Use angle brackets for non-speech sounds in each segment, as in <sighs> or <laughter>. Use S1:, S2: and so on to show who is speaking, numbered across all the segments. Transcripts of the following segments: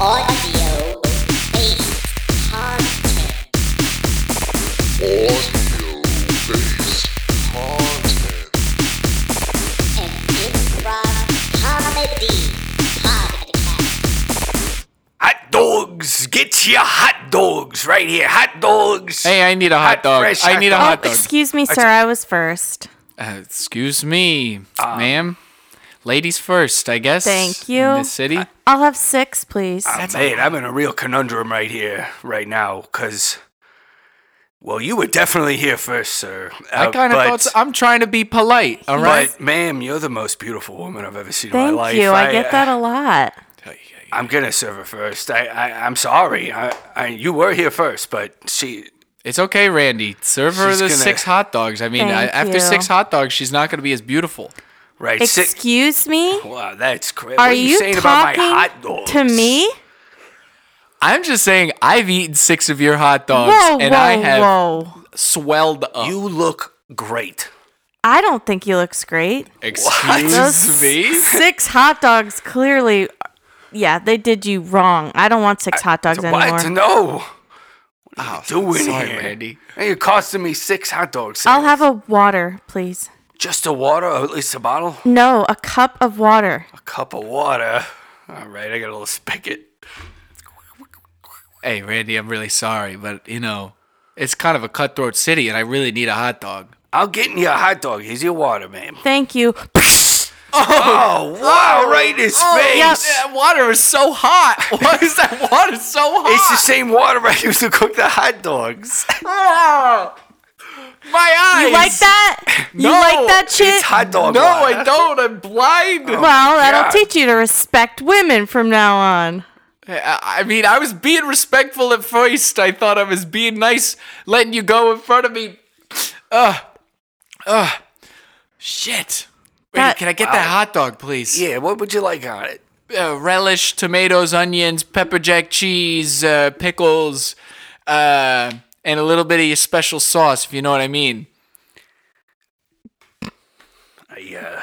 S1: Audio based content.
S2: Audio-based content.
S1: An improv comedy podcast.
S3: Hot dogs, get your hot dogs right here. Hot dogs.
S4: Hey, I need a hot,
S3: Hot
S4: dog.
S3: fresh
S4: I
S3: hot
S4: need a
S3: dog.
S4: hot dog.
S5: Excuse me, sir. I was first.
S4: Uh, excuse me,
S3: Ah.
S4: ma'am. Ladies first, I guess.
S5: Thank
S4: In
S5: you.
S4: this
S3: Uh,
S4: city.
S5: I'll have six, please.
S3: Ah, man, I'm in a real conundrum right here, right now, because, well, you were definitely here first, sir.
S4: I
S3: Uh,
S4: kind of
S3: but-
S4: thought so. I'm trying to be polite. All right.
S3: But, ma'am, you're the most beautiful woman I've ever seen in
S5: Thank
S3: my life.
S5: you. I, get that a lot.
S3: I'm gonna serve her first. I, I I'm sorry. I, I you were here first, but she.
S4: It's okay, Randy. Serve her
S3: She's
S4: the
S3: gonna-
S4: six hot dogs. I mean, I,
S5: Thank
S4: after
S5: you.
S4: six hot dogs, she's not going to be as beautiful.
S3: Right. Six.
S5: Excuse me.
S3: Wow, that's crazy.
S5: Are
S3: what you,
S5: you
S3: saying about my hot
S5: talking
S3: dogs?
S5: to me?
S4: I'm just saying, I've eaten six of your hot dogs,
S5: Whoa,
S4: and
S5: whoa,
S4: I have
S5: whoa!
S4: swelled up.
S3: You look great.
S5: I don't think he looks great.
S4: Excuse
S3: <laughs>
S5: Those
S4: me.
S5: Six hot dogs. Clearly, yeah, they did you wrong. I don't want six hot dogs
S3: What?
S5: anymore.
S3: No. What are you doing
S4: Oh, sorry,
S3: here?
S4: Randy.
S3: Hey, You're costing me six hot dogs.
S5: I'll have a water, please.
S3: just a water, or at least a bottle,
S5: No, a cup of water.
S3: a cup of water. All right, I got a little spigot.
S4: Hey, Randy, I'm really sorry, but you know, it's kind of a cutthroat city, and I really need a hot dog.
S3: I'll get you a hot dog. Here's your water, ma'am.
S5: Thank you.
S3: Oh wow, right in his face.
S4: That water is so hot. <laughs> Why is that water so hot?
S3: It's the
S4: <laughs>
S3: same water <laughs> I used to cook the hot dogs.
S4: my eyes.
S5: You like that? You
S4: No,
S5: like that
S4: it's
S5: shit?
S3: It's
S5: <laughs>
S3: hot dog.
S4: No,
S3: water.
S4: I don't. I'm blind.
S5: Well,
S3: God.
S5: that'll teach you to respect women from now on.
S4: I I mean, I was being respectful at first. I thought I was being nice, letting you go in front of me. <sniffs> Ugh. Ugh. Shit. Randy,
S5: That-
S4: can I get that hot dog, please?
S3: Yeah, what would you like on it?
S4: uh, relish, tomatoes, onions, pepper jack cheese, uh, pickles, uh, and a little bit of your special sauce, if you know what I mean.
S3: I uh,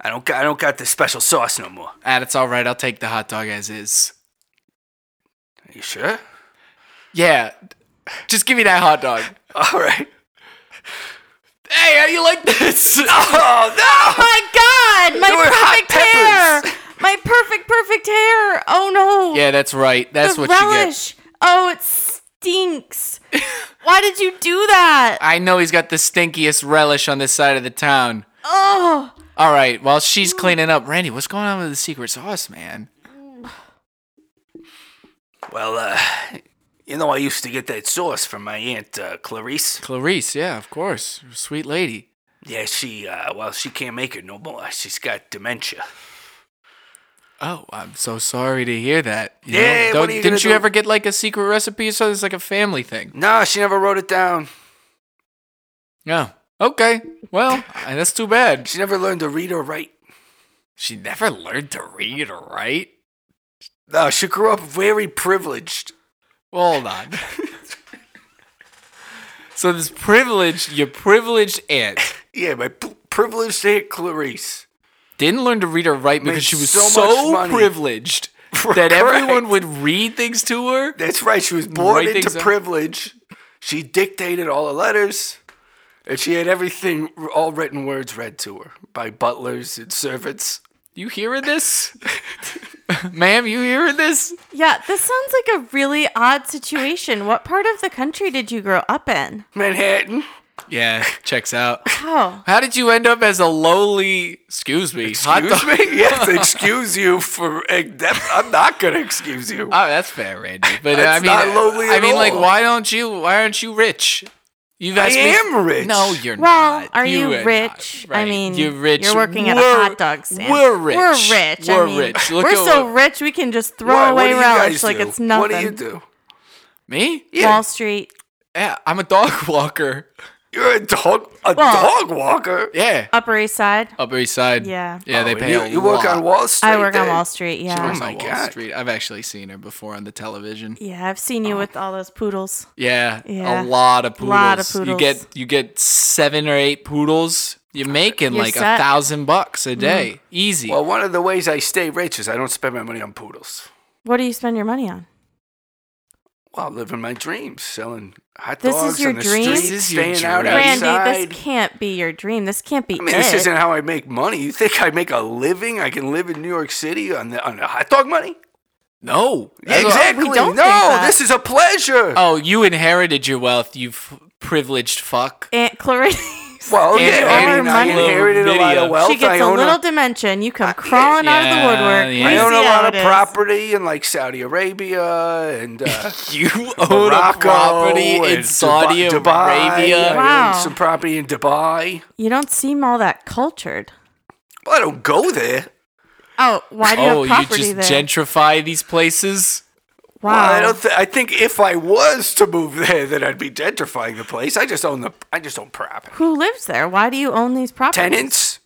S3: I don't got I don't got the special sauce no more.
S4: Ah, that's all right. I'll take the hot dog as is.
S3: Are you sure? <laughs>
S4: Yeah, just give me that hot dog.
S3: All right.
S4: Hey, how you like this?
S3: <laughs> Oh no!
S5: My God, my
S3: They were hot
S5: perfect hair,
S3: peppers.
S5: my perfect, perfect hair. Oh no,
S4: yeah, that's right. That's
S5: the
S4: what you get.
S5: relish. Oh, it <laughs> stinks. Why did you do that?
S4: I know he's got the stinkiest relish on this side of the town.
S5: Oh,
S4: All right, while
S3: Mm.
S4: she's cleaning up, Randy, what's going on with the secret sauce, man?
S3: Well, uh, you know, I used to get that sauce from my aunt uh, Clarice.
S4: Clarice, yeah, of course, sweet lady.
S3: Yeah, she, uh, well, she can't make it no more. She's got dementia.
S4: Oh, I'm so sorry to hear that. You
S3: Yeah, what
S4: know, don't-
S3: are you gonna
S4: didn't you
S3: do?
S4: ever get like a secret recipe? So it's like a family thing.
S3: No, she never wrote it down.
S4: No. Okay. Well, I- that's too bad.
S3: She never learned to read or write.
S4: She never learned to read or write.
S3: No, she grew up very privileged.
S4: Well, hold on. so this privileged, your privileged aunt
S3: Yeah, my p- privileged aunt Clarice.
S4: didn't learn to read or write because
S3: Made
S4: she was
S3: so
S4: so,
S3: much money. <laughs>
S4: privileged
S3: Correct.
S4: that everyone would read things to her.
S3: That's right. She was born
S4: Write
S3: into
S4: things down.
S3: privilege. She dictated all the letters, and she had everything, all written words read to her by butlers and servants.
S4: You hearing this, <laughs> ma'am? You hearing this?
S5: yeah. This sounds like a really odd situation. What part of the country did you grow up in?
S3: Manhattan.
S4: Yeah, checks out.
S5: Oh,
S4: How did you end up as a lowly? Excuse me. hot
S3: Excuse
S4: dog-
S3: me?
S5: <laughs>
S3: Yes, excuse you for. I'm not going to excuse you.
S4: <laughs> Oh, that's fair, Randy. But uh, I
S3: That's
S4: mean,
S3: not lowly
S4: I
S3: at
S4: mean, like,
S3: all.
S4: why don't you? Why aren't you rich? You've
S3: I
S4: asked me-
S3: am rich.
S4: No, you're
S5: Well,
S3: uh,
S4: not.
S5: are you
S4: are
S5: rich?
S4: not,
S5: I
S4: right.
S5: mean,
S4: you're rich.
S5: You're working at a
S4: We're-
S5: hot dog stand.
S4: We're rich.
S5: We're rich. I
S4: We're
S5: mean,
S4: rich. Look
S5: we're
S4: at
S5: so
S4: what-
S5: rich we can just throw
S3: Why?
S5: away
S3: do you
S5: relish
S3: guys
S5: like
S3: do?
S5: it's nothing.
S3: What do you do?
S4: me.
S5: Wall Street,
S4: Yeah, I'm a dog <laughs> walker.
S3: You're a dog, a
S5: Well-
S3: dog walker.
S4: Yeah,
S5: Upper East Side.
S4: Upper East Side.
S5: Yeah.
S4: yeah, they
S3: Oh,
S4: pay
S3: you,
S4: a
S3: you work
S4: lot.
S3: on Wall Street.
S5: I work on
S3: then.
S5: Wall Street.
S4: She
S5: Yeah.
S4: works
S3: Oh
S4: on
S3: my
S4: Wall
S3: God.
S4: Street. I've actually seen her before on the television.
S5: Yeah, I've seen
S3: Oh.
S5: you with all those poodles.
S4: Yeah, a
S5: Yeah.
S4: lot of poodles.
S5: Lot of
S4: You get
S5: poodles.
S4: you get seven or eight poodles You're making
S5: You're
S4: like a
S5: set. Mm.
S4: thousand bucks a day, easy.
S3: Well, one of the ways I stay rich is I don't spend my money on poodles.
S5: What do you spend your money on?
S3: Well, living my dreams, selling hot
S5: This is
S3: dogs
S5: your
S3: on the
S5: dream?
S3: street,
S5: This
S4: is your
S3: staying out
S4: dream.
S5: Randy,
S3: outside.
S5: this can't be your dream. This can't be
S3: I mean,
S5: it.
S3: this isn't how I make money. You think I make a living? I can live in New York City on the on the hot dog money?
S4: no, That's-
S3: exactly.
S5: we don't
S3: no,
S5: think that.
S3: this is a pleasure.
S4: Oh, you inherited your wealth. You f-
S3: <laughs>
S4: privileged fuck.
S5: Aunt Clarissa.
S3: well,
S4: And-
S3: yeah, I,
S5: and
S3: mean, I
S5: our money.
S3: inherited a lot
S4: Video.
S3: of wealth.
S5: <laughs> she gets
S3: I
S5: a
S3: own
S5: little dimension. You come crawling out of the
S4: yeah,
S5: woodwork.
S4: yeah.
S5: We
S3: I own
S5: see
S3: a
S5: how
S3: lot of
S5: it is.
S3: property in like Saudi Arabia
S5: <laughs>
S3: and uh,
S4: You own
S3: Morocco
S4: a property
S3: and
S4: in
S3: Dubai-
S4: Saudi
S3: Dubai. I
S4: Arabia.
S5: Wow.
S3: own some property in Dubai.
S5: You don't seem all that cultured.
S3: Well, I don't go there.
S5: Oh, why do you
S4: Oh,
S5: have
S4: you
S5: property
S4: just
S5: there?
S4: gentrify these places.
S5: wow.
S3: Well, I don't. Th- I think if I was to move <laughs> there, then I'd be gentrifying the place. I just own the. I just own property.
S5: Who lives there? Why do you own these properties?
S3: Tenants.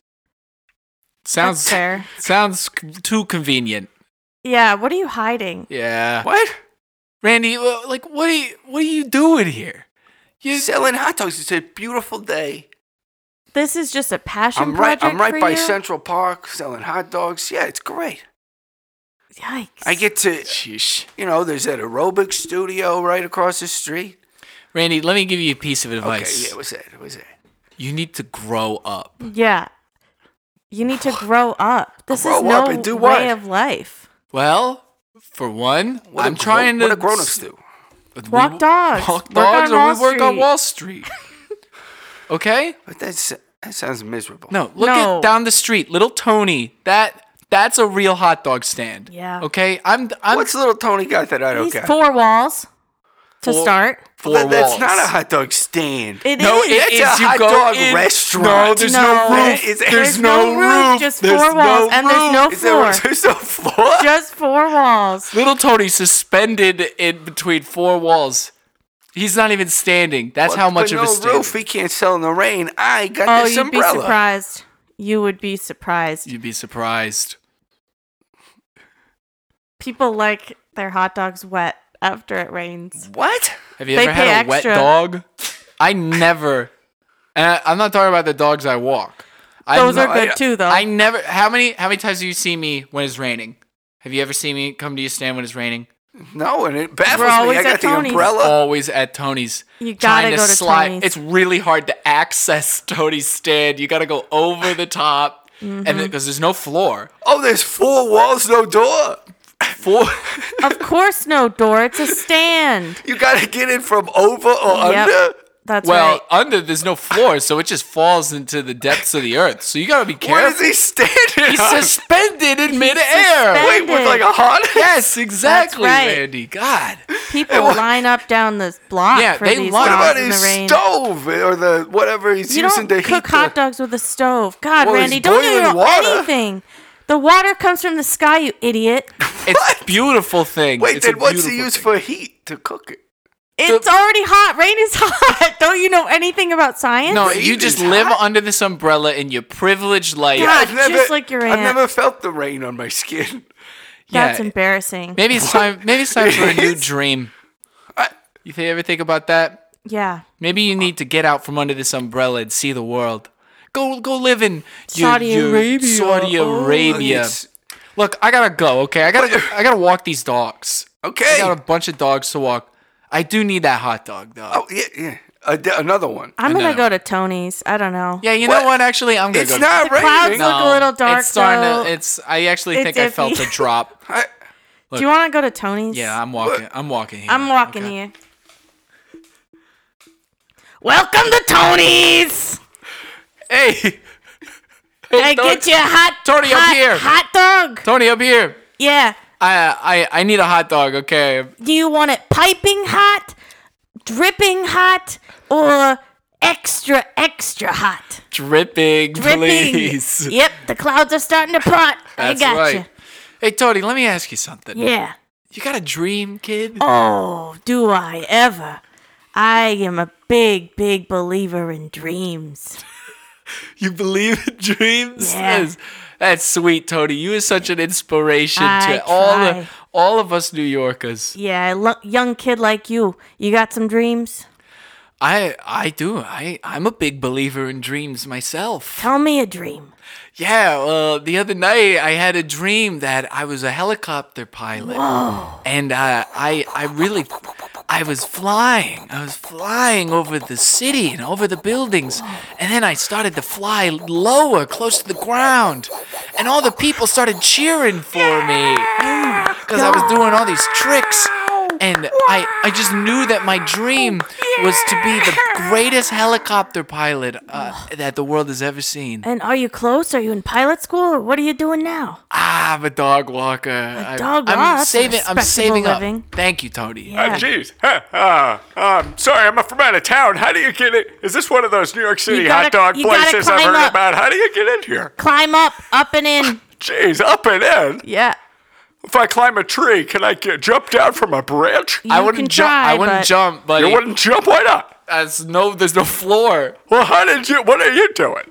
S4: Sounds <laughs>
S5: That's fair.
S4: sounds c- too convenient.
S5: Yeah, what are you hiding?
S4: Yeah,
S3: What?
S4: Randy, wh- like, what are you, what are you doing here? You,
S3: Selling hot dogs. It's a beautiful day.
S5: This is just a passion
S3: I'm right.
S5: project
S3: I'm
S5: for
S3: right by
S5: you?
S3: Central Park selling hot dogs. Yeah, it's great.
S5: Yikes.
S3: I get to.
S4: sheesh.
S3: You know, there's that aerobic studio right across the street.
S4: Randy, let me give you a piece of
S3: Okay.
S4: advice.
S3: Yeah. What's that? What's that?
S4: You need to grow up.
S5: Yeah. You
S3: <sighs>
S5: need to grow up. This
S3: Grow
S5: is
S3: up
S5: no
S3: and do
S5: way
S3: what?
S5: of life.
S4: Well, for one,
S3: What do
S4: I'm
S3: gro-
S4: trying
S3: What
S4: to
S3: do grown-ups do?
S4: We w-
S5: Walk dogs.
S4: Walk
S5: Work
S4: dogs,
S5: on
S4: or
S5: Wall
S4: we work on
S5: Street.
S4: Wall Street. <laughs> okay.
S3: But that's that sounds miserable.
S4: No, look
S5: No.
S4: at down the street, little Tony. That that's a real hot dog stand.
S5: Yeah.
S4: Okay. I'm I'm
S3: What's little Tony got that I don't
S5: These
S3: got?
S5: four walls to
S4: Four-
S5: start.
S4: four
S3: That- That's
S4: walls.
S3: not a hot dog stand.
S5: It
S4: No,
S5: is.
S4: it
S3: That's
S4: is.
S3: a
S4: you
S3: hot
S4: go
S3: dog
S4: in-
S3: restaurant.
S4: No, there's no,
S5: No.
S4: roof.
S3: Is-
S4: there's,
S3: There's
S4: no, roof.
S5: just
S4: There's
S5: four
S4: no
S5: walls, and there's
S4: roof.
S5: no
S3: Is there,
S5: floor.
S3: <laughs> there's no floor?
S5: <laughs> Just four walls.
S4: Little Tony suspended in between four walls. He's not even standing. That's how
S3: But
S4: much of
S3: no
S4: a stand.
S3: roof. He can't sell in the rain. I got
S5: Oh,
S3: this
S5: you'd
S3: umbrella.
S5: be surprised. You would be surprised.
S4: You'd be surprised.
S5: People like their hot dogs wet after it rains.
S3: What?
S4: Have you
S5: They
S4: ever had
S5: pay
S4: a
S5: extra.
S4: wet dog? I never. And I, am not talking about the dogs I walk. I
S5: Those
S4: ne-
S5: are good
S3: I-
S5: too, though.
S4: I never. How many? How many times do you see me when it's raining? Have you ever seen me come to your stand when it's raining?
S3: No, and it
S5: We're
S3: baffles me.
S5: always
S3: I
S5: at
S3: got the
S5: Tony's. Uh,
S3: umbrella.
S4: Always at Tony's.
S5: You
S4: trying
S5: gotta go to
S4: slide.
S5: Tony's.
S4: It's really hard to access <laughs> Tony's stand. You gotta go over the top,
S5: Mm-hmm.
S4: and because there's no floor.
S3: Oh, there's four walls, no door.
S4: Four.
S5: of course, no door. It's a stand.
S3: You gotta get in from over or
S5: Yep.
S3: under.
S5: That's
S4: well,
S5: right.
S4: under there's no floor, so it just falls into the depths of the earth. So you gotta be
S3: What is
S4: careful.
S3: he standing?
S4: He's
S3: on?
S4: suspended in midair.
S5: suspended.
S3: Wait, with like a harness. <laughs>
S4: Yes, exactly,
S5: right.
S4: Randy. God. <laughs>
S5: People line up down this block
S4: Yeah,
S5: for
S4: they
S5: these
S3: What
S4: line up.
S5: dogs
S3: about
S5: in
S3: his
S5: the rain.
S3: stove or the whatever he's
S5: you
S3: using
S5: don't
S3: to
S5: cook
S3: heat
S5: hot
S3: the?
S5: dogs with a stove. God,
S3: Well, it's
S5: Randy, don't you
S3: boiling
S5: know
S3: water.
S5: anything? The water comes from the sky, you
S4: <laughs>
S5: idiot.
S4: It's a beautiful thing.
S3: Wait,
S4: It's a
S3: then what's he
S4: beautiful
S3: use
S4: thing.
S3: for heat to cook it?
S5: It's already hot. Rain is <laughs> hot. Don't you know anything about science?
S4: No,
S3: Rain
S4: you just
S3: is
S4: live
S3: hot?
S4: under this umbrella in your privileged life.
S5: God. just like your aunt.
S3: I've never felt the rain on my skin.
S4: <laughs>
S5: That's
S4: yeah.
S5: embarrassing.
S4: Maybe it's time. Maybe it's time for a new
S3: Yes.
S4: dream.
S3: I-
S4: You th- ever think about that?
S5: yeah.
S4: Maybe you need to get out from under this umbrella and see the world. Go, go live in your-
S5: Saudi
S4: your
S5: Arabia.
S4: Saudi
S5: Oh.
S4: Arabia.
S3: It's-
S4: Look, I gotta go. Okay, I gotta, I gotta walk these dogs. uh, I
S3: Okay.
S4: got a bunch of dogs to walk. I do need that hot dog though.
S3: Oh yeah, yeah. A d another one.
S5: I'm going
S4: know.
S5: to go to Tony's. I don't know.
S4: Yeah, you
S3: What?
S4: know what? Actually, I'm gonna
S3: It's
S4: go.
S3: not
S5: The clouds
S3: raining.
S5: look a little dark,
S4: It's starting
S5: though.
S4: to. It's. I actually
S5: It's
S4: think I felt
S5: iffy.
S4: a
S5: <laughs>
S4: drop.
S3: I,
S5: Do you want to go to Tony's?
S4: Yeah, I'm walking. I'm walking here.
S5: I'm walking
S4: okay?
S5: here. Welcome to Tony's. <laughs>
S4: Hey,
S5: I get you a hot
S4: Tony, up
S5: hot,
S4: here.
S5: Hot dog.
S4: Tony, up here.
S5: Yeah.
S4: I, I I need a hot dog. Okay.
S5: Do you want it piping hot, dripping hot, or extra extra hot?
S4: Dripping,
S5: Dripping.
S4: please.
S5: Yep, the clouds are starting to pot. I
S4: That's
S5: got
S4: right.
S5: you.
S4: Hey, Tony, let me ask you something.
S5: Yeah.
S4: You got a dream, kid?
S5: Oh, do I ever? I am a big, big believer in dreams.
S4: You believe in dreams?
S5: Yeah.
S4: That's, that's sweet, Tony. You are such an inspiration
S5: I
S4: to all the
S5: try.
S4: all of us New Yorkers.
S5: Yeah, I lo- young kid like you, you got some dreams?
S4: I I do. I I'm a big believer in dreams myself.
S5: Tell me a dream.
S4: Yeah, well, the other night I had a dream that I was a helicopter pilot, and uh, I I really I was flying. I was flying over the city and over the buildings, and then I started to fly lower, close to the ground, and all the people started cheering for me because I was doing all these tricks. And I, I just knew that my dream was to be the greatest helicopter pilot uh, that the world has ever seen.
S5: And are you close? Are you in pilot school? Or what are you doing now?
S4: Ah, I'm a dog walker. I-
S5: dog
S4: I'm
S5: walker,
S4: saving. I'm
S5: respectable
S4: saving
S5: living.
S4: up. Thank you, Tony.
S5: Yeah.
S3: Ah, Jeez. Huh, ah, um, sorry, I'm from out of town. How do you get it? Is this one of those New York City
S5: gotta-
S3: hot dog
S5: you gotta
S3: places I've
S5: climb
S3: heard
S5: up.
S3: about? How do you get in here?
S5: Climb up, up and in.
S3: Jeez, up and in.
S5: Yeah.
S3: If I climb a tree, can I get, jump down from a branch?
S5: You
S4: I wouldn't
S5: can
S4: jump.
S5: try,
S4: I wouldn't
S5: but
S4: jump, buddy.
S3: You wouldn't jump? Why not?
S4: That's no. There's no floor.
S3: Well, how did you? What are you doing?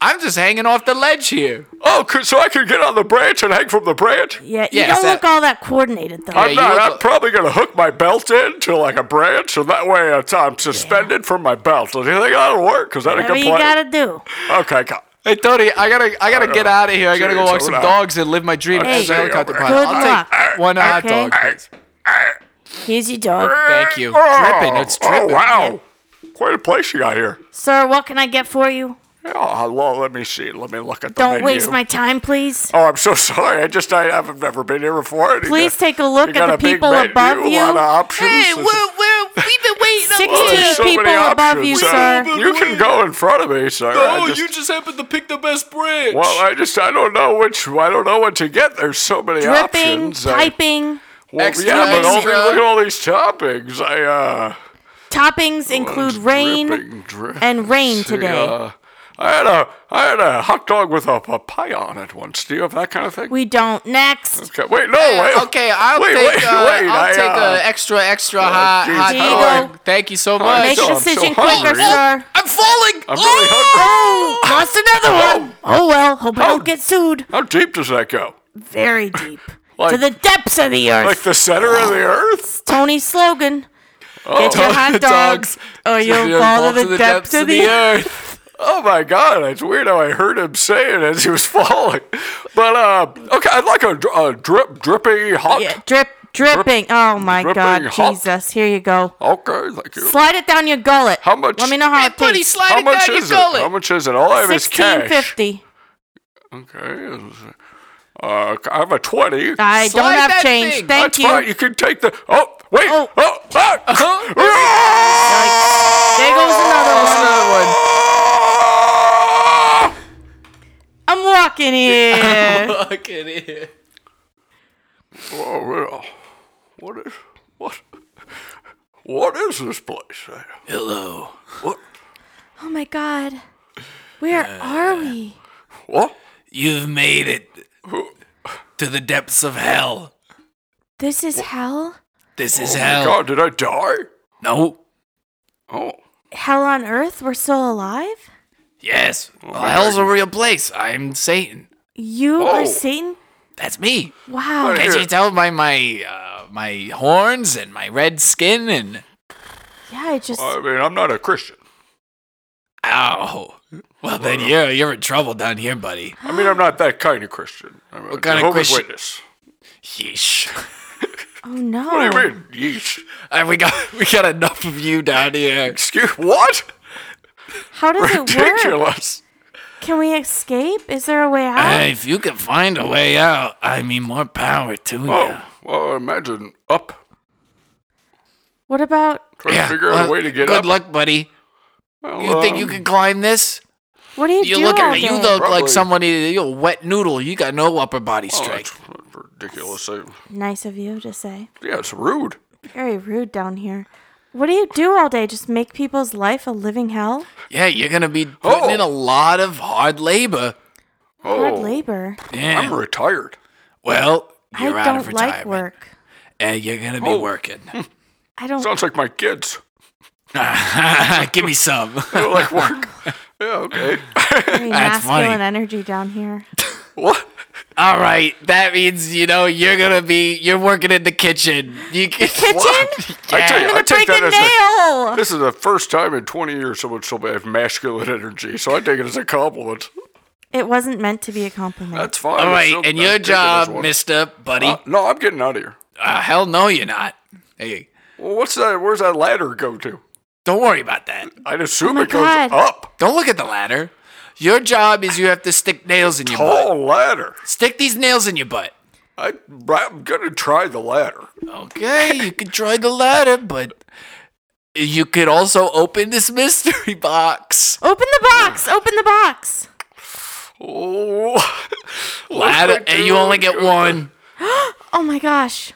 S4: I'm just hanging off the ledge here.
S3: Oh, c- so I could get on the branch and hang from the branch?
S5: Yeah, you
S4: Yes,
S5: don't
S4: that-
S5: look all that coordinated though.
S4: Yeah,
S3: I'm
S4: you
S3: not.
S4: look
S3: I'm
S4: like-
S3: probably gonna hook my belt in to like a branch, and that way it's, I'm suspended from my belt. Do you think that'll work? Cause that a
S5: Whatever
S3: good
S5: you
S3: plan?
S5: gotta do.
S3: Okay, go.
S4: Hey, Tony. I gotta. I gotta get out of here. I gotta
S3: Jeez,
S4: go walk
S3: hold
S4: some
S3: on.
S4: dogs and live my dream
S5: Hey,
S4: as a helicopter
S3: good
S4: pilot. I'll
S5: luck.
S4: take one hot
S5: Okay.
S4: dog. please.
S5: Here's your dog.
S4: Thank you.
S3: Oh,
S4: Dripping. It's
S3: Oh
S4: dripping.
S3: wow, quite a place you got here.
S5: Sir, what can I get for you?
S3: Oh, well, let me see. Let me look at the
S5: Don't
S3: menu.
S5: waste my time, please.
S3: Oh, I'm so <laughs> sorry. I just I haven't never been here before. And you
S5: Please
S3: got-
S5: take a
S3: you
S5: look
S3: got
S5: at the
S3: a big
S5: people
S3: menu,
S5: above
S3: a
S5: you.
S3: lot of options.
S4: Hey,
S3: This
S4: we're,
S3: is-
S4: we're, we've been waiting.
S3: Oh, there's
S5: 16
S3: so many
S5: people above you,
S3: options,
S5: sir.
S3: uh, You can go in front of me, sir. I
S4: Oh,
S3: just-
S4: you just happened to pick the best branch.
S3: Well, I just I don't know which I don't know what to get. There's so many
S5: Dripping,
S3: options. I-
S5: piping,
S3: well,
S4: Extra,
S3: yeah, but all,
S4: extra.
S3: look at all these toppings. I uh,
S5: toppings include rain
S3: Oh, dripping, drip-
S5: and rain
S3: see,
S5: today.
S3: uh, I had a I had a hot dog with a papaya on it once. Do you have that kind of thing?
S5: We don't. Next.
S3: okay, wait, no, wait.
S4: Okay, I'll
S3: wait,
S4: take
S3: wait,
S4: uh, Oh,
S3: wait.
S4: I'll
S3: I,
S4: take
S3: uh,
S4: an extra extra hot,
S3: geez,
S4: hot
S5: Here you
S4: dog.
S5: go.
S4: Make you so
S5: Make
S4: much.
S3: so- I'm
S5: a
S3: so
S5: decision quicker,
S3: hungry. Oh,
S5: sir.
S4: I'm falling. Oh!
S3: I'm really hungry.
S5: Lost another one. Oh well. Hope I
S3: Oh.
S5: don't get sued.
S3: How deep does that go?
S5: Very deep.
S3: Like-
S5: to the depths of the earth.
S3: Like the center of the
S5: <laughs>
S3: earth?
S5: Tony's slogan. Get your hot dogs, or
S4: uh,
S5: you'll fall to the depths of the
S4: <laughs>
S5: earth.
S4: earth.
S3: Oh my god, it's weird how I heard him say it as he was <laughs> falling. But uh, okay, I'd like a, dr- a drip, drippy hot.
S5: Yeah, drip, dripping. Oh my
S3: dripping
S5: God,
S3: hot.
S5: Jesus! Here you go.
S3: Okay, thank you.
S5: Slide it down your gullet.
S3: How much-
S5: Let me know how it
S4: Buddy,
S5: tastes.
S4: slide
S3: How
S4: it down
S3: much
S4: your
S3: is it?
S4: gullet.
S3: How much is it? All I have is
S5: Sixteen
S3: cash.
S5: fifty.
S3: Okay. is- Uh, I have a twenty.
S5: I
S4: Slide
S5: don't have
S4: that
S5: change.
S4: thing.
S5: Thank
S3: That's
S5: you.
S3: fine. You can take the. Oh wait. Oh.
S5: Oh.
S3: oh ah.
S5: There goes another one.
S4: Another one.
S3: Ah!
S5: I'm
S4: <laughs>
S5: walking here. <laughs>
S3: <laughs>
S4: Look at it.
S3: Oh, well, what is what? What is this place?
S4: Hello.
S5: oh my God, where are we?
S3: What?
S4: You've made it to the depths of hell.
S5: This is hell.
S4: This is
S3: Oh,
S4: hell.
S3: God, did I die?
S4: No.
S3: Oh,
S5: Hell on earth. We're still alive.
S4: Yes. Well, hell's a real place. I'm Satan.
S5: You
S3: Oh.
S5: are Satan.
S4: That's me.
S5: Wow.
S3: Hey.
S4: As you tell by my uh, my horns and my red skin and
S5: Yeah, I just.
S3: I mean, I'm not a Christian.
S4: ow. Well then you're you're in trouble down here, buddy.
S3: I mean, I'm not that kind of Christian. I'm a
S4: What kind of
S3: Jehovah's
S4: Christian?
S3: Witness.
S4: Yeesh. <laughs>
S5: Oh no.
S3: What do you mean? Yeesh.
S4: Uh, we got we got enough of you down here.
S3: Excuse what?
S5: How does
S4: <laughs>
S5: it <laughs> work?
S3: Ridiculous.
S5: Can we escape? Is there a way out?
S4: Uh, if you can find a way out, I mean, more power to you.
S3: Oh, well, imagine up.
S5: What about?
S3: Trying to figure out
S4: well,
S3: a way to get
S4: good
S3: up.
S4: luck, buddy.
S3: Well,
S4: You think you
S3: um,
S4: can climb this?
S5: What do you,
S4: You
S5: do?
S4: look
S5: all
S4: at me. You
S5: day?
S4: look like
S3: Probably.
S4: someone you a wet noodle. You got no upper body
S3: Oh,
S4: strength.
S3: that's ridiculous. I,
S5: Nice of you to say.
S3: yeah, it's rude.
S5: Very rude down here. What do you do all day? Just make people's life a living hell?
S4: yeah, you're gonna be putting in a
S3: Oh.
S4: lot of hard labor.
S5: Hard
S3: Oh,
S5: labor.
S4: Yeah.
S3: I'm retired.
S4: well, you're
S5: I
S4: out of
S5: don't
S4: retirement,
S5: like work.
S4: and you're gonna be
S3: Oh.
S4: working.
S3: <laughs>
S4: <laughs>
S5: I don't.
S3: Sounds like my kids.
S4: Give me some. <laughs>
S3: They like work. yeah, okay.
S5: Very
S4: That's
S5: masculine
S4: funny. <laughs>
S5: energy down here.
S3: what?
S4: all right, that means you know you're gonna be you're working in the kitchen. You can,
S5: Kitchen?
S6: I tell you, I
S5: I'm gonna
S6: take
S5: break
S6: that
S5: a
S6: as a,
S5: nail.
S6: this is the first time in 20 years someone told me I have masculine energy, so I take it as a compliment.
S5: It wasn't meant to be a compliment.
S6: That's fine.
S4: All
S6: It's
S4: right,
S6: still-
S4: and
S6: I
S4: your
S6: take it as
S4: job,
S6: one.
S4: Mister Buddy.
S6: Uh, no, I'm getting out of here.
S4: Uh, hell no, you're not. Hey,
S6: Well, what's that? Where's that ladder go to?
S4: don't worry about that.
S6: I'd assume it goes
S5: God.
S6: up.
S4: Don't look at the ladder. Your job is you have to stick nails in your butt.
S6: Tall ladder.
S4: Stick these nails in your butt.
S6: I, I'm gonna try the
S4: <laughs>
S6: ladder.
S4: Okay, you could try the ladder, but you could also open this mystery box.
S5: Open the box. Open the box.
S6: Oh,
S4: Ladder, and you only get one.
S5: Oh my gosh.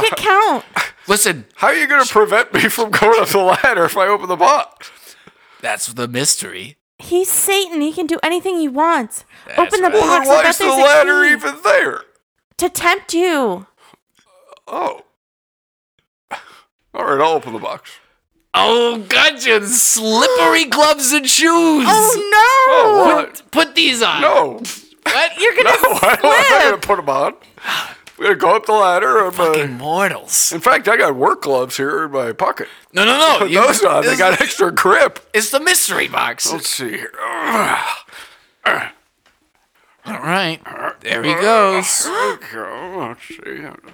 S4: <laughs>
S5: it count.
S4: Listen,
S6: How are you gonna prevent me from going up the ladder if I open the box?
S4: that's the mystery.
S5: He's Satan. He can do anything he wants.
S4: That's
S5: Open the
S4: right.
S6: Well, then
S5: box. I
S6: why
S5: bet
S6: is the
S5: there's a
S6: ladder
S5: key.
S6: even there?
S5: to tempt you.
S6: Oh. All right, I'll open the box.
S4: Oh, gotcha. Slippery gloves and shoes.
S5: Oh
S6: Oh,
S5: no!
S6: what?
S4: Put these on.
S6: No,
S4: What?
S6: no,
S5: You're
S6: <laughs>
S5: gonna
S4: <laughs>
S6: I don't, I'm not gonna
S5: slip.
S6: put them on. We're gonna go up the ladder. I'm, uh,
S4: Fucking <laughs> mortals.
S6: in fact, I got work gloves here in my pocket.
S4: No, <laughs> no, no.
S6: Put
S4: you-
S6: those on. They
S4: this-
S6: got extra grip.
S4: It's the mystery box.
S6: Let's see here.
S4: All right. There <laughs> he goes.
S6: Okay, let's see.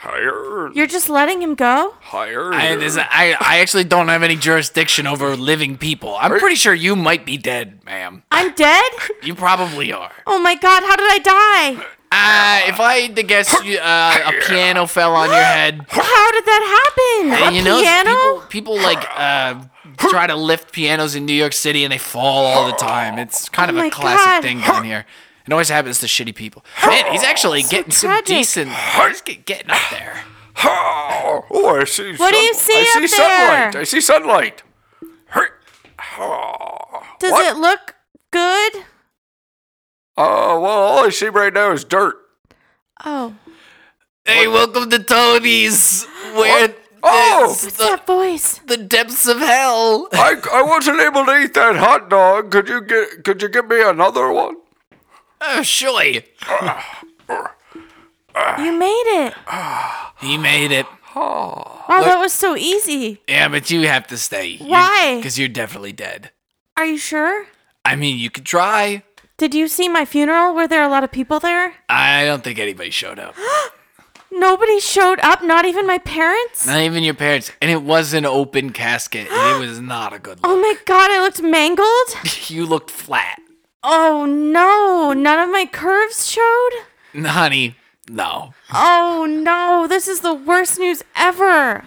S6: Higher and
S5: You're just letting him go.
S6: higher.
S4: I,
S6: and-
S4: this, uh, I, <laughs> I actually don't have any jurisdiction over living people. I'm pretty sure you might be dead, ma'am.
S5: I'm dead.
S4: You probably are. <laughs>
S5: Oh my God! How did I die?
S4: Uh, if I had to guess, you, uh, a piano fell on your head.
S5: How did that happen?
S4: And
S5: A
S4: you know,
S5: piano?
S4: people, people like uh, try to lift pianos in New York City and they fall all the time.
S5: <gasps>
S4: It's kind
S5: Oh
S4: of
S5: my
S4: a classic
S5: God.
S4: thing down here. It always happens to shitty people. Man, he's actually getting some
S5: tragic.
S4: decent. He's get- getting up there.
S6: Oh, I see.
S5: What do you
S6: sunlight.
S5: see
S6: I
S5: up
S6: see
S5: there?
S6: sunlight. I see sunlight. Hey. Oh.
S5: Does
S6: what?
S5: it look good?
S6: Oh, well, all I see right now is dirt.
S5: Oh,
S4: Hey, welcome to Tony's, where
S6: What? Oh!
S4: it's
S5: what's
S4: the,
S5: that voice?
S4: the depths of hell.
S6: I, I wasn't able to eat that hot dog. Could you get could you give me another one?
S4: Oh, surely
S5: You made it.
S4: Uh, he made it.
S5: Wow, that was so easy.
S4: Yeah, but you have to stay.
S5: Why?
S4: Because you're definitely dead.
S5: Are you sure?
S4: I mean, you could try.
S5: Did you see my funeral? Were there a lot of people there?
S4: I don't think anybody showed up.
S5: Nobody showed up. Not even my parents.
S4: Not even your parents. And it was an open casket, and it was not
S3: <gasps>
S4: a good
S5: Oh
S4: look.
S5: my God! I looked mangled.
S4: You looked flat.
S5: Oh no, none of my curves showed?
S4: Honey, no.
S5: Oh no, this is the worst news ever.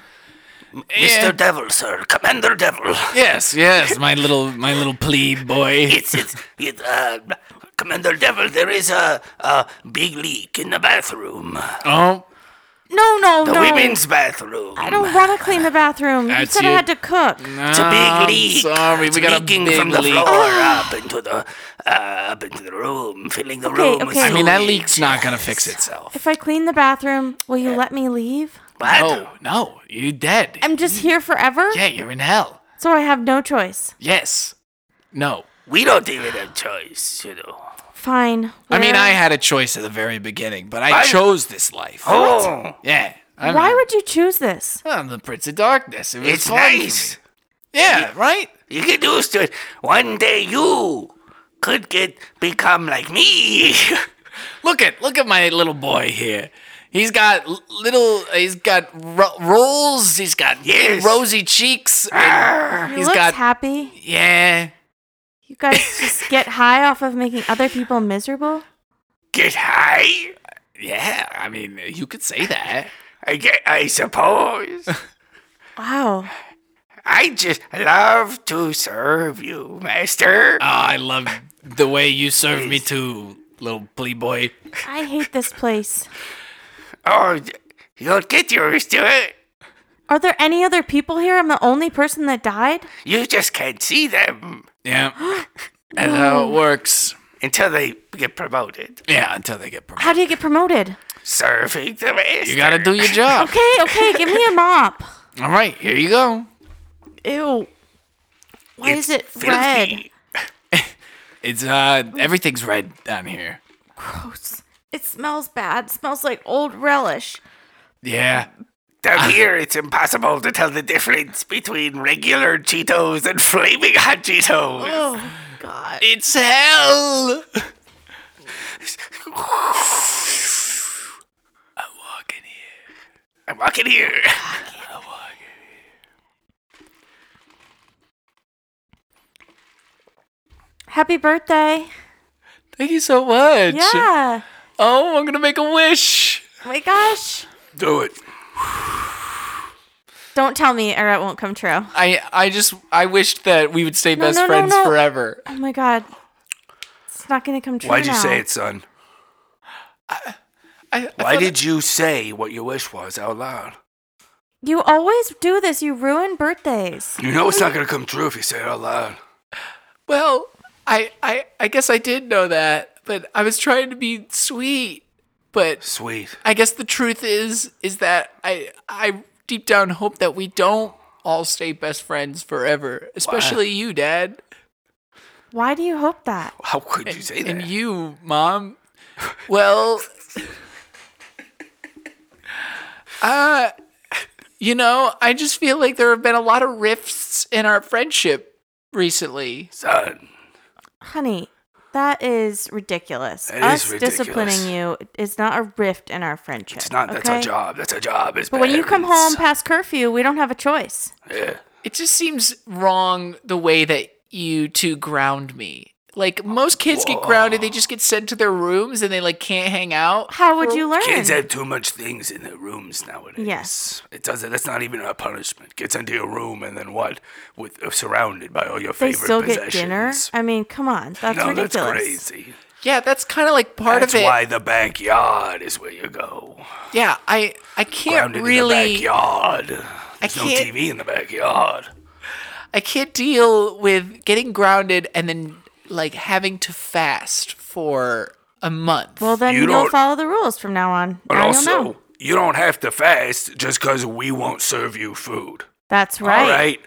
S4: Yeah.
S3: Mr. Devil, sir, Commander Devil.
S4: Yes, yes, my little my little plebe boy.
S3: <laughs> It's it's it, uh, Commander Devil. There is a a big leak in the bathroom,
S4: Oh,
S5: No, no,
S3: the
S5: no.
S3: women's bathroom.
S5: I don't want to clean the bathroom. You
S4: That's
S5: said I
S4: you.
S5: had to cook.
S3: It's a
S4: I'm
S3: big leak.
S4: Sorry,
S3: it's
S4: we got a
S3: leaking
S4: big
S3: from the
S4: leak. Oh.
S3: floor up into the uh, up into the room, filling the room. with
S5: okay.
S4: I mean, that
S3: fluid.
S4: leak's not gonna fix itself.
S5: If I clean the bathroom, will you let me leave?
S3: What?
S4: No, Oh, no, you're dead.
S5: I'm just here forever,
S4: Yeah, you're in hell.
S5: so I have no choice.
S4: Yes. No.
S3: We don't even have choice, you know.
S5: Fine.
S4: I mean,
S5: where-
S4: I had a choice at the very beginning, but I chose this life.
S3: Oh,
S4: Yeah. I'm,
S5: Why would you choose this?
S4: I'm the Prince of Darkness? It was
S3: it's
S4: fun for me.
S3: nice.
S4: Yeah, right?
S3: You get used to it. One day you could get become like me. <laughs>
S4: Look at look at my little boy here. He's got l- little. He's got ro- rolls. He's got
S3: Yes.
S4: rosy cheeks. And
S5: You
S4: he's
S5: looked
S4: got
S5: happy.
S4: yeah.
S5: You
S4: <laughs>
S5: guys just get high off of making other people miserable.
S3: get high,
S4: Yeah, I mean, you could say that.
S3: I get. I suppose.
S4: <laughs>
S5: Wow.
S3: I just love to serve you, master.
S4: Oh, I love the way you serve me too, little playboy.
S5: I hate this place.
S3: Oh, you'll get used to it.
S5: Are there any other people here? I'm the only person that died?
S3: You just can't see them
S4: Yeah, that's how it works.
S3: until they get promoted.
S4: Yeah, until they get promoted.
S5: How do you get promoted?
S3: Serving the master.
S4: You gotta do your
S5: <laughs>
S4: job.
S5: Okay, okay, give <laughs> me a mop.
S4: All right, here you go.
S5: Ew. Why is it
S3: Filthy.
S5: red?
S4: It's uh, everything's red down here.
S5: gross. Oh, It smells bad. It smells like old relish.
S4: Yeah. Uh.
S3: Down here, it's impossible to tell the difference between regular Cheetos and flaming hot Cheetos.
S5: Oh God.
S4: It's hell. I walk in here.
S3: I'm walking here.
S5: Happy birthday.
S4: Thank you so much.
S5: Yeah.
S4: Oh, I'm gonna make a wish.
S5: Oh my gosh.
S3: Do it.
S5: Don't tell me or it won't come true.
S4: I I just I wished that we would stay
S5: No,
S4: best
S5: no, no,
S4: friends
S5: no.
S4: forever.
S5: Oh my God. It's not gonna come true.
S3: Why'd you
S5: now.
S3: say it, son?
S4: I, I
S3: Why
S4: thought-
S3: did you say what your wish was out loud?
S5: You always do this. You ruin birthdays.
S3: You know it's not gonna come true if you say it out loud.
S4: Well, I I I guess I did know that, but I was trying to be sweet. But
S3: Sweet.
S4: I guess the truth is is that I I deep down hope that we don't all stay best friends forever, especially you, Dad,
S5: Why do you hope that?
S3: How could you say
S4: and
S3: that?
S4: you, Mom. Well, uh, you know, I just feel like there have been a lot of rifts in our friendship recently.
S3: Son,
S5: Honey, that is ridiculous.
S3: That
S5: Us
S3: is ridiculous.
S5: disciplining you is not a rift in our friendship.
S3: it's not. That's our
S5: okay?
S3: job. That's our job. As
S5: But when you come home
S3: parents.
S5: past curfew, we don't have a choice.
S3: Yeah.
S4: it just seems wrong the way that you two ground me. Like most kids get grounded, they just get sent to their rooms and they like can't hang out.
S5: How would you learn?
S3: Kids have too much things in their rooms nowadays.
S5: Yes.
S3: It doesn't. That's not even a punishment. Gets into your room and then what? With uh, surrounded by all your
S5: they
S3: favorite
S5: still get
S3: possessions.
S5: dinner. I mean, come on, that's
S3: no,
S5: ridiculous.
S3: that's crazy.
S4: Yeah, that's kind of like part
S3: that's
S4: of it.
S3: why the backyard is where you go.
S4: yeah, I I can't
S3: Grounded in the
S4: really
S3: backyard. There's no
S4: can't-
S3: TV in the backyard.
S4: I can't deal with getting grounded and then like having to fast for a month.
S5: Well, then
S3: You
S5: you
S3: don't-
S5: don't follow the rules from now on.
S3: But
S5: Now you'll
S3: also,
S5: know.
S3: you don't have to fast just because we won't serve you food.
S5: that's
S3: All
S5: right.
S3: right.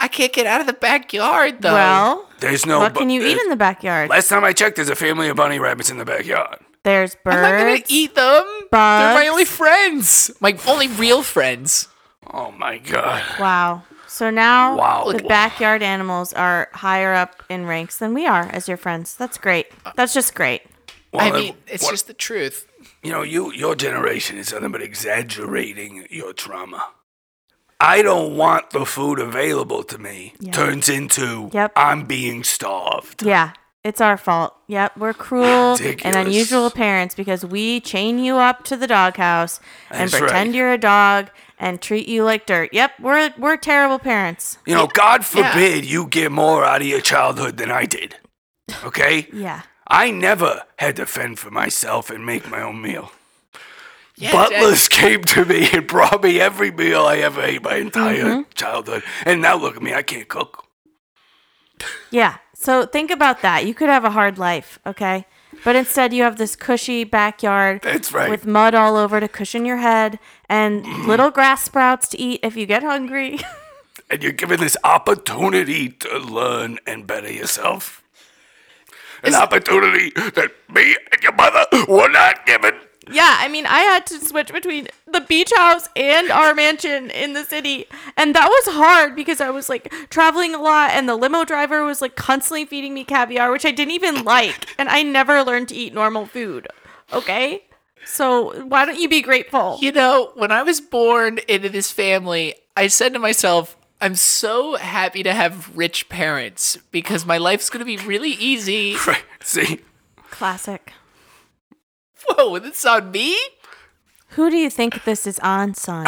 S4: I can't get out of the backyard though.
S5: Well,
S3: There's no.
S5: what
S3: bu- uh,
S5: can you eat in the backyard?
S3: Last time I checked, there's a family of bunny rabbits in the backyard.
S5: There's birds.
S4: I'm not gonna eat them. They're my
S5: bugs.
S4: only friends, my only real friends.
S3: Oh my god.
S5: Wow. So now
S3: Wow.
S5: the backyard animals are higher up in ranks than we are as your friends. That's great. That's just great.
S4: I
S3: Well,
S4: mean, it's
S3: what-
S4: just the truth.
S3: you know, you your generation is nothing but exaggerating your trauma. I don't want the food available to me turns into
S5: Yep.
S3: I'm being starved.
S5: Yeah. It's our fault. Yep, we're cruel and
S3: Ah, Ridiculous.
S5: unusual parents because we chain you up to the doghouse and
S3: That's right.
S5: pretend you're a dog and treat you like dirt. Yep, we're we're terrible parents.
S3: You know, God forbid you get more out of your childhood than I did. Okay?
S5: Yeah.
S3: I never had to fend for myself and make my own meal.
S4: Yeah,
S3: Butlers came to me and brought me every meal I ever ate my entire
S5: Mm-hmm.
S3: childhood. And now look at me, I can't cook.
S5: Yeah. So think about that. You could have a hard life, okay? But instead, you have this cushy backyard
S3: That's right.
S5: with mud all over to cushion your head
S3: <clears throat>
S5: and little grass sprouts to eat if you get hungry. <laughs>
S3: and you're given this opportunity to learn and better yourself. An opportunity that me and your mother were not given.
S5: yeah, I mean, I had to switch between the beach house and our mansion in the city. And that was hard because I was like traveling a lot and the limo driver was like constantly feeding me caviar, which I didn't even like. And I never learned to eat normal food, okay? So why don't you be grateful?
S4: You know, when I was born into this family, I said to myself, I'm so happy to have rich parents because my life's going to be really easy. <laughs>
S3: Right. See,
S5: Classic.
S4: Whoa, this on me?
S5: Who do you think this is on, son?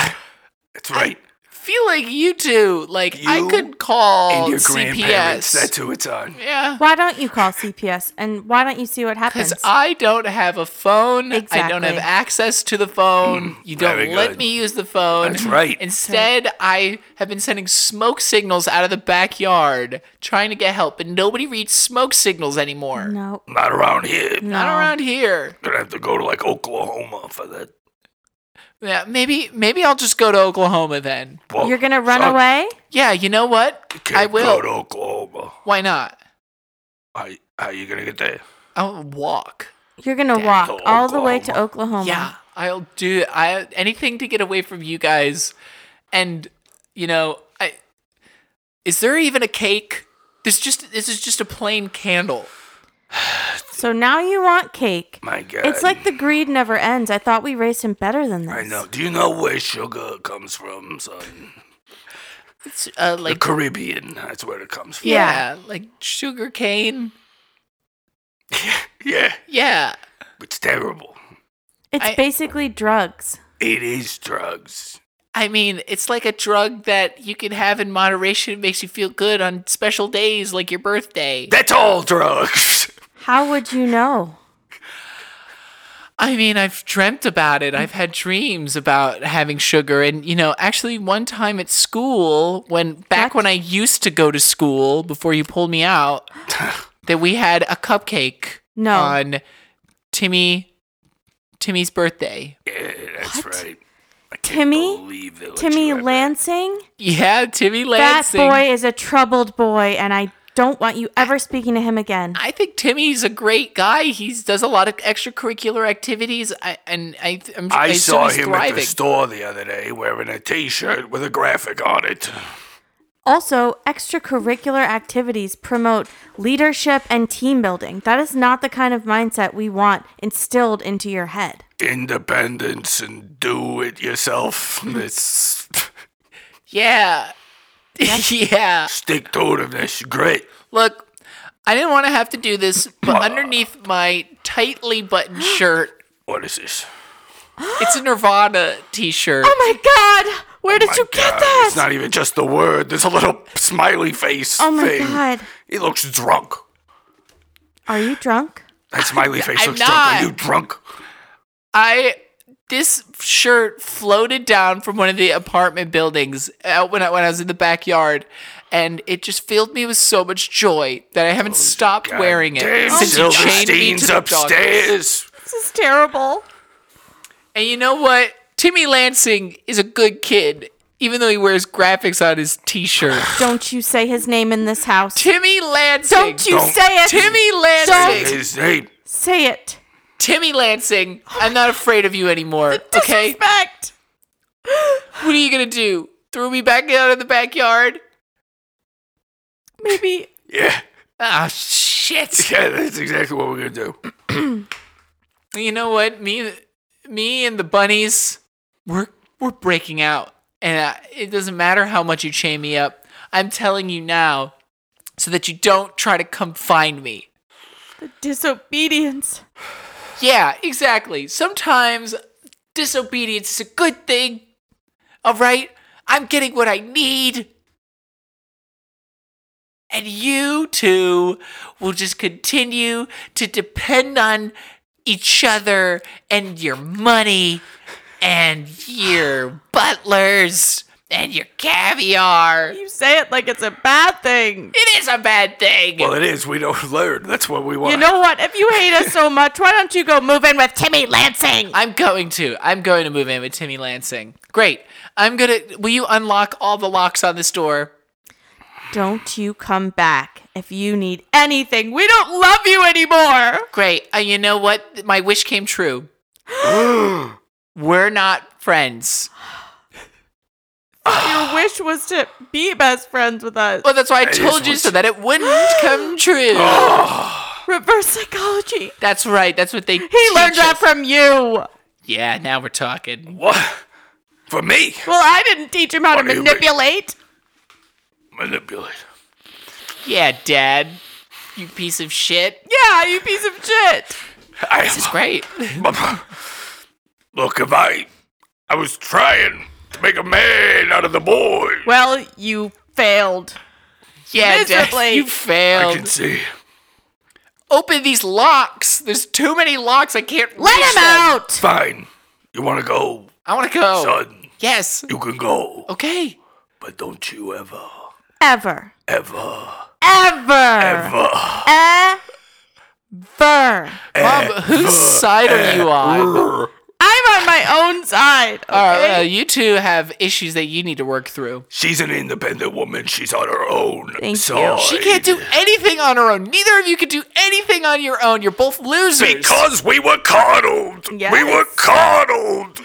S3: that's right.
S4: Feel like you two. Like, I
S3: You
S4: could call
S3: and your grandparents.
S4: CPS.
S3: That's who it's on.
S4: yeah.
S5: Why don't you call CPS and why don't you see what happens?
S4: Because I don't have a phone. I don't have
S5: Exactly.
S4: access to the phone. You
S3: Mm, very
S4: don't let
S3: good.
S4: me use the phone.
S3: That's right.
S4: Instead, I have been sending smoke signals out of the backyard trying to get help, but nobody reads smoke signals anymore.
S5: no.
S3: Not around here.
S5: No.
S4: Not around here.
S3: Gonna have to go to like Oklahoma for that.
S4: Yeah, maybe maybe I'll just go to Oklahoma then.
S3: Well,
S5: You're going to run
S3: son,
S5: away?
S4: Yeah, you know what?
S3: you can't
S4: I
S3: Go to
S4: will.
S3: Oklahoma.
S4: Why not?
S3: How, how you gonna get there?
S4: I'll walk.
S5: You're gonna walk all the way to Oklahoma.
S4: Yeah, I'll do I anything to get away from you guys. And you know, I is there even a cake? There's just this is just a plain candle.
S5: So now you want cake.
S3: My God.
S5: It's like the greed never ends. I thought we raised him better than this.
S3: I know. Do you know where sugar comes from, son?
S4: It's uh,
S3: The
S4: like
S3: Caribbean. That's where it comes from.
S4: yeah, like sugar cane.
S3: Yeah.
S4: Yeah.
S3: It's terrible.
S5: It's
S4: I-
S5: basically drugs.
S3: It is drugs.
S4: I mean, it's like a drug that you can have in moderation. It makes you feel good on special days like your birthday.
S3: That's all drugs.
S5: How would you know?
S4: I mean, I've dreamt about it. I've had dreams about having sugar. And, you know, actually, one time at school, when back
S5: What?
S4: when I used to go to school before you pulled me
S5: <laughs>
S4: out, that we had a cupcake
S5: No.
S4: on Timmy. Timmy's birthday.
S3: Yeah, that's right. I can't
S5: Timmy?
S3: believe they let
S5: Timmy
S3: you have that.
S5: Lansing?
S4: Yeah, Timmy
S5: That
S4: Lansing.
S5: boy is a troubled boy, and I don't want you ever speaking to him again.
S4: I think Timmy's a great guy. He does a lot of extracurricular activities, I, and I, I'm,
S3: I
S4: assume
S3: saw
S4: he's
S3: him at the
S4: thriving.
S3: store the other day wearing a T-shirt with a graphic on it.
S5: Also, extracurricular activities promote leadership and team building. That is not the kind of mindset we want instilled into your head.
S3: Independence and do it yourself. It's
S4: Yeah, <laughs> yeah.
S3: stick to itiveness, grit.
S4: Look, I didn't want to have to do this, but underneath my tightly buttoned shirt,
S3: What is this?
S4: it's a Nirvana T-shirt.
S5: Oh my god! Where did
S3: Oh My
S5: you get
S3: God,
S5: that?
S3: It's not even just the word. There's a little smiley face.
S5: oh my
S3: thing.
S5: god.
S3: He looks drunk.
S5: Are you drunk?
S3: That smiley face
S4: <laughs> I'm
S3: looks drunk.
S4: not.
S3: Are you drunk?
S4: I this shirt floated down from one of the apartment buildings out when I, when I was in the backyard, and it just filled me with so much joy that I haven't stopped wearing it
S3: Damn,
S4: since you chained me to
S3: Silverstein's
S4: the dog.
S3: upstairs.
S5: This is terrible.
S4: And you know what? Timmy Lansing is a good kid, even though he wears graphics on his T-shirt.
S5: <sighs> Don't you say his name in this house.
S4: Timmy Lansing.
S5: Don't you
S3: Don't.
S5: say it.
S4: Timmy
S5: Don't.
S4: Lansing.
S3: His name.
S5: Say it.
S4: Timmy Lansing, I'm not afraid of you anymore. Okay?
S5: Disrespect.
S4: What are you gonna do? Throw me back out in the backyard?
S5: Maybe
S3: Yeah.
S4: Ah, shit.
S3: <laughs> Yeah, that's exactly what we're gonna do.
S4: You know what? Me, me and the bunnies, we're we're breaking out, and I, it doesn't matter how much you chain me up. I'm telling you now, so that you don't try to come find me.
S5: the disobedience.
S4: Yeah, exactly. Sometimes disobedience is a good thing. All right? I'm getting what I need. And you two will just continue to depend on each other and your money and your butlers and your caviar.
S5: You say it like it's a bad thing.
S4: It is a bad thing.
S3: Well, it is. We don't <laughs> learn. That's what we want.
S5: You know what? If you hate us so <laughs> much, why don't you go move in with Timmy Lansing?
S4: I'm going to. I'm going to move in with Timmy Lansing. Great. I'm gonna. Will you unlock all the locks on this door?
S5: Don't you come back if you need anything. We don't love you anymore.
S3: <sighs>
S4: Great. Uh, you know what? My wish came true. We're not friends.
S5: Your wish was to be best friends with us.
S4: Well, that's why I
S3: is
S4: told you
S3: what
S4: so
S3: you-
S4: that it wouldn't come true.
S5: Reverse psychology.
S4: That's right. That's what they.
S5: He learned that from you.
S4: Yeah. Now we're talking.
S3: what? For me,
S5: Well, I didn't teach him how to
S3: What do you mean?
S5: manipulate.
S3: manipulate.
S4: Yeah, Dad. You piece of shit.
S5: Yeah, you piece of shit.
S3: I
S4: It's great.
S3: <laughs> Look, if I, I was trying to make a man out of the boy.
S5: Well, you failed.
S4: Yeah, Dad.
S5: Miserably.
S4: You
S3: I
S4: failed.
S3: can see.
S4: Open these locks. There's too many locks. I can't.
S5: Let
S4: reach
S5: him
S4: them.
S5: out.
S3: Fine. You want to go,
S4: I want to go.
S3: son?
S4: yes.
S3: You can go,
S4: Okay.
S3: but don't you ever,
S5: Ever.
S3: ever,
S5: Ever.
S3: ever.
S5: Ever.
S4: Mom, whose side are you on?
S5: I'm on my own side. Okay?
S4: All right, uh, you two have issues that you need to work through.
S3: She's an independent woman. She's on her own.
S5: Thank you.
S3: side.
S4: She can't do anything on her own. Neither of you can do anything on your own. You're both losers.
S3: Because we were coddled. We were
S5: Yes.
S3: coddled.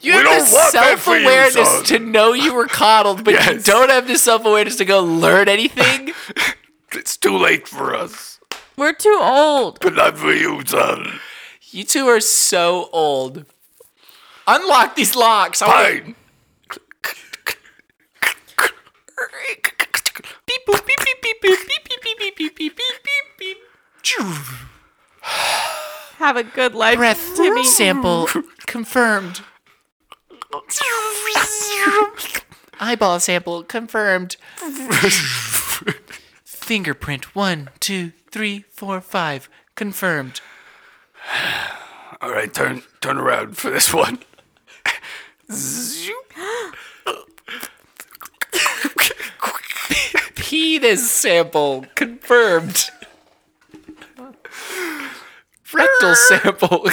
S4: you
S3: we
S4: have
S3: don't
S4: the
S3: want that for you,
S4: self-awareness
S3: son.
S4: to know you were coddled, but you
S3: Yes.
S4: don't have the self-awareness to go learn anything.
S3: It's too late for us.
S5: We're too old.
S3: But not for you, son.
S4: you two are so old. Unlock these locks. I wanna-
S3: Fine.
S4: Beep, boop, beep, beep, beep, boop, beep, beep, beep, beep, beep, beep, beep, beep, beep.
S5: Have a good life,
S4: Breath
S5: Timmy.
S4: sample confirmed. Eyeball sample confirmed. Fingerprint one, two, three, four, five confirmed.
S3: All right, turn turn around for this one.
S4: Penis sample confirmed. Rectal sample.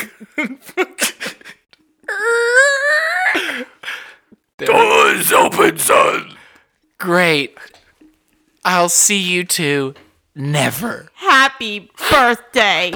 S3: Doors open, son.
S4: Great. I'll see you two never.
S5: Happy birthday.